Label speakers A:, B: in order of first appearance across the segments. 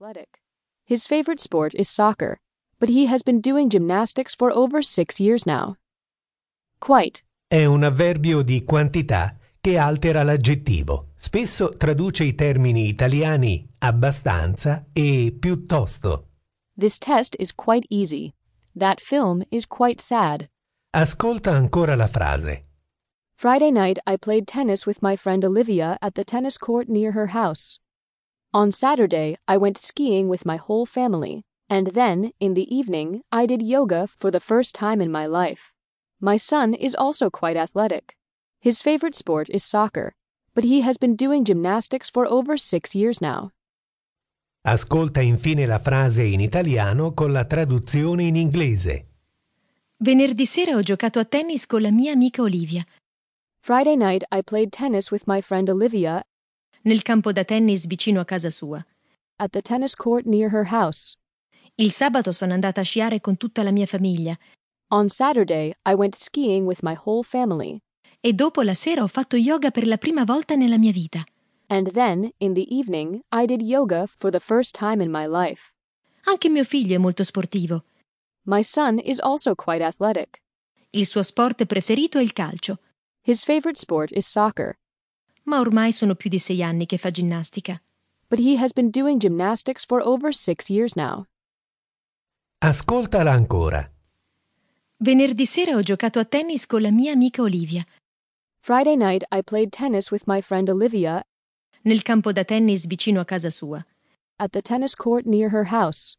A: athletic. His favorite sport is soccer, but he has been doing gymnastics for over six years now. Quite.
B: È un avverbio di quantità che altera l'aggettivo. Spesso traduce i termini italiani abbastanza e piuttosto.
A: This test is quite easy. That film is quite sad.
B: Ascolta ancora la frase.
A: Friday night, I played tennis with my friend Olivia at the tennis court near her house. On Saturday, I went skiing with my whole family, and then, in the evening, I did yoga for the first time in my life. My son is also quite athletic. His favorite sport is soccer, but he has been doing gymnastics for over six years now.
B: Ascolta infine la frase in italiano con la traduzione in inglese.
C: Venerdì sera ho giocato a tennis con la mia amica Olivia.
A: Friday night, I played tennis with my friend Olivia
C: nel campo da tennis vicino a casa sua.
A: at the tennis court near her house.
C: Il sabato sono andata a sciare con tutta la mia famiglia
A: On Saturday, I went skiing with my whole family,
C: e dopo la sera ho fatto yoga per la prima volta nella mia vita.
A: and then, in the evening, I did yoga for the first time in my life.
C: Anche mio figlio è molto sportivo.
A: My son is also quite athletic.
C: Il suo sport preferito è il calcio,
A: His favorite sport is soccer,
C: ma ormai sono più di sei anni che fa ginnastica.
A: but he has been doing gymnastics for over six years now.
B: Ascoltala ancora.
C: Venerdì sera ho giocato a tennis con la mia amica Olivia
A: Friday night, I played tennis with my friend Olivia
C: nel campo da tennis vicino a casa sua.
A: at the tennis court near her house.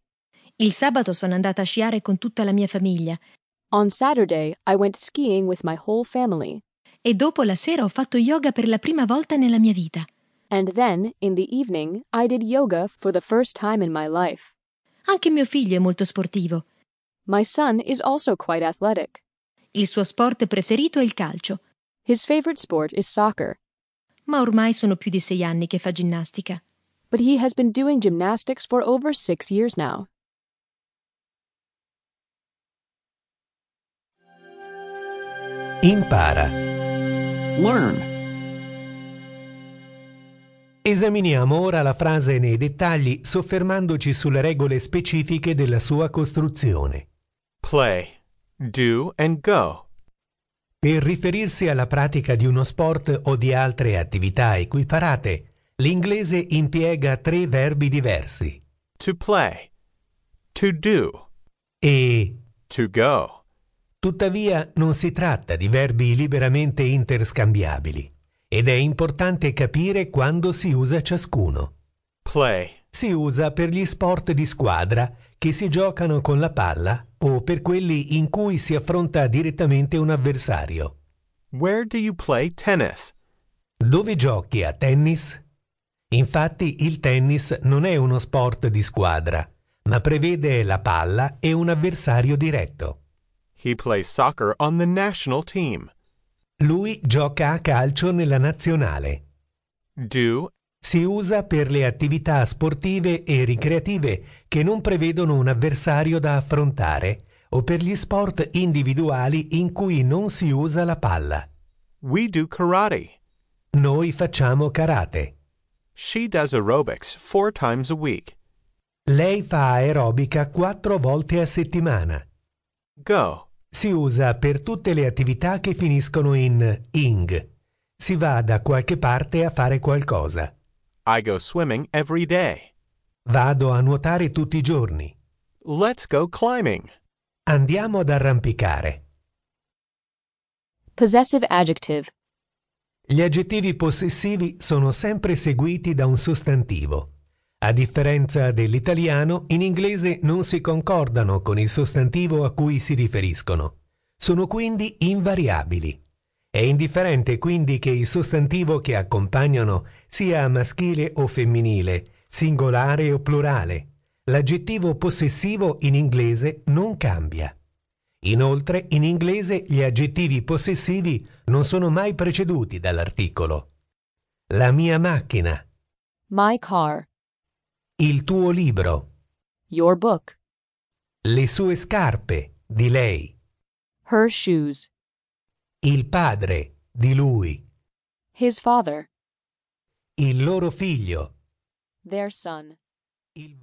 C: Il sabato sono andata a sciare con tutta la mia famiglia
A: On Saturday, I went skiing with my whole family,
C: e dopo la sera ho fatto yoga per la prima volta nella mia vita.
A: and then, in the evening, I did yoga for the first time in my life.
C: Anche mio figlio è molto sportivo.
A: My son is also quite athletic.
C: Il suo sport preferito è il calcio,
A: His favorite sport is soccer,
C: ma ormai sono più di sei anni che fa ginnastica.
A: but he has been doing gymnastics for over six years now.
B: Impara.
D: Learn.
B: Esaminiamo ora la frase nei dettagli soffermandoci sulle regole specifiche della sua costruzione.
E: Play. Do and go.
B: Per riferirsi alla pratica di uno sport o di altre attività equiparate, l'inglese impiega tre verbi diversi
E: To play. To do.
B: e,
E: To go.
B: tuttavia, non si tratta di verbi liberamente interscambiabili ed è importante capire quando si usa ciascuno.
E: Play.
B: Si usa per gli sport di squadra che si giocano con la palla o per quelli in cui si affronta direttamente un avversario.
E: Where do you play tennis?
B: Dove giochi a tennis? Infatti il tennis non è uno sport di squadra, ma prevede la palla e un avversario diretto.
E: He plays soccer on the national team.
B: Lui gioca a calcio nella nazionale.
E: Do
B: Si usa per le attività sportive e ricreative che non prevedono un avversario da affrontare o per gli sport individuali in cui non si usa la palla.
E: we do karate?
B: Noi facciamo karate.
E: She does aerobics four times a week.
B: Lei fa aerobica quattro volte a settimana.
E: Go.
B: Si usa per tutte le attività che finiscono in ing. Si va da qualche parte a fare qualcosa.
E: I go swimming every day.
B: Vado a nuotare tutti i giorni.
E: Let's go climbing.
B: Andiamo ad arrampicare.
A: Possessive adjective.
B: Gli aggettivi possessivi sono sempre seguiti da un sostantivo. A differenza dell'italiano, in inglese non si concordano con il sostantivo a cui si riferiscono. Sono quindi invariabili. È indifferente quindi che il sostantivo che accompagnano sia maschile o femminile, singolare o plurale. L'aggettivo possessivo in inglese non cambia. Inoltre, in inglese gli aggettivi possessivi non sono mai preceduti dall'articolo. La mia macchina,
A: My car.
B: il tuo libro,
A: Your book.
B: le sue scarpe, di lei,
A: Her shoes.
B: il padre, di lui,
A: His father.
B: il loro figlio,
A: Their son.
B: il vo-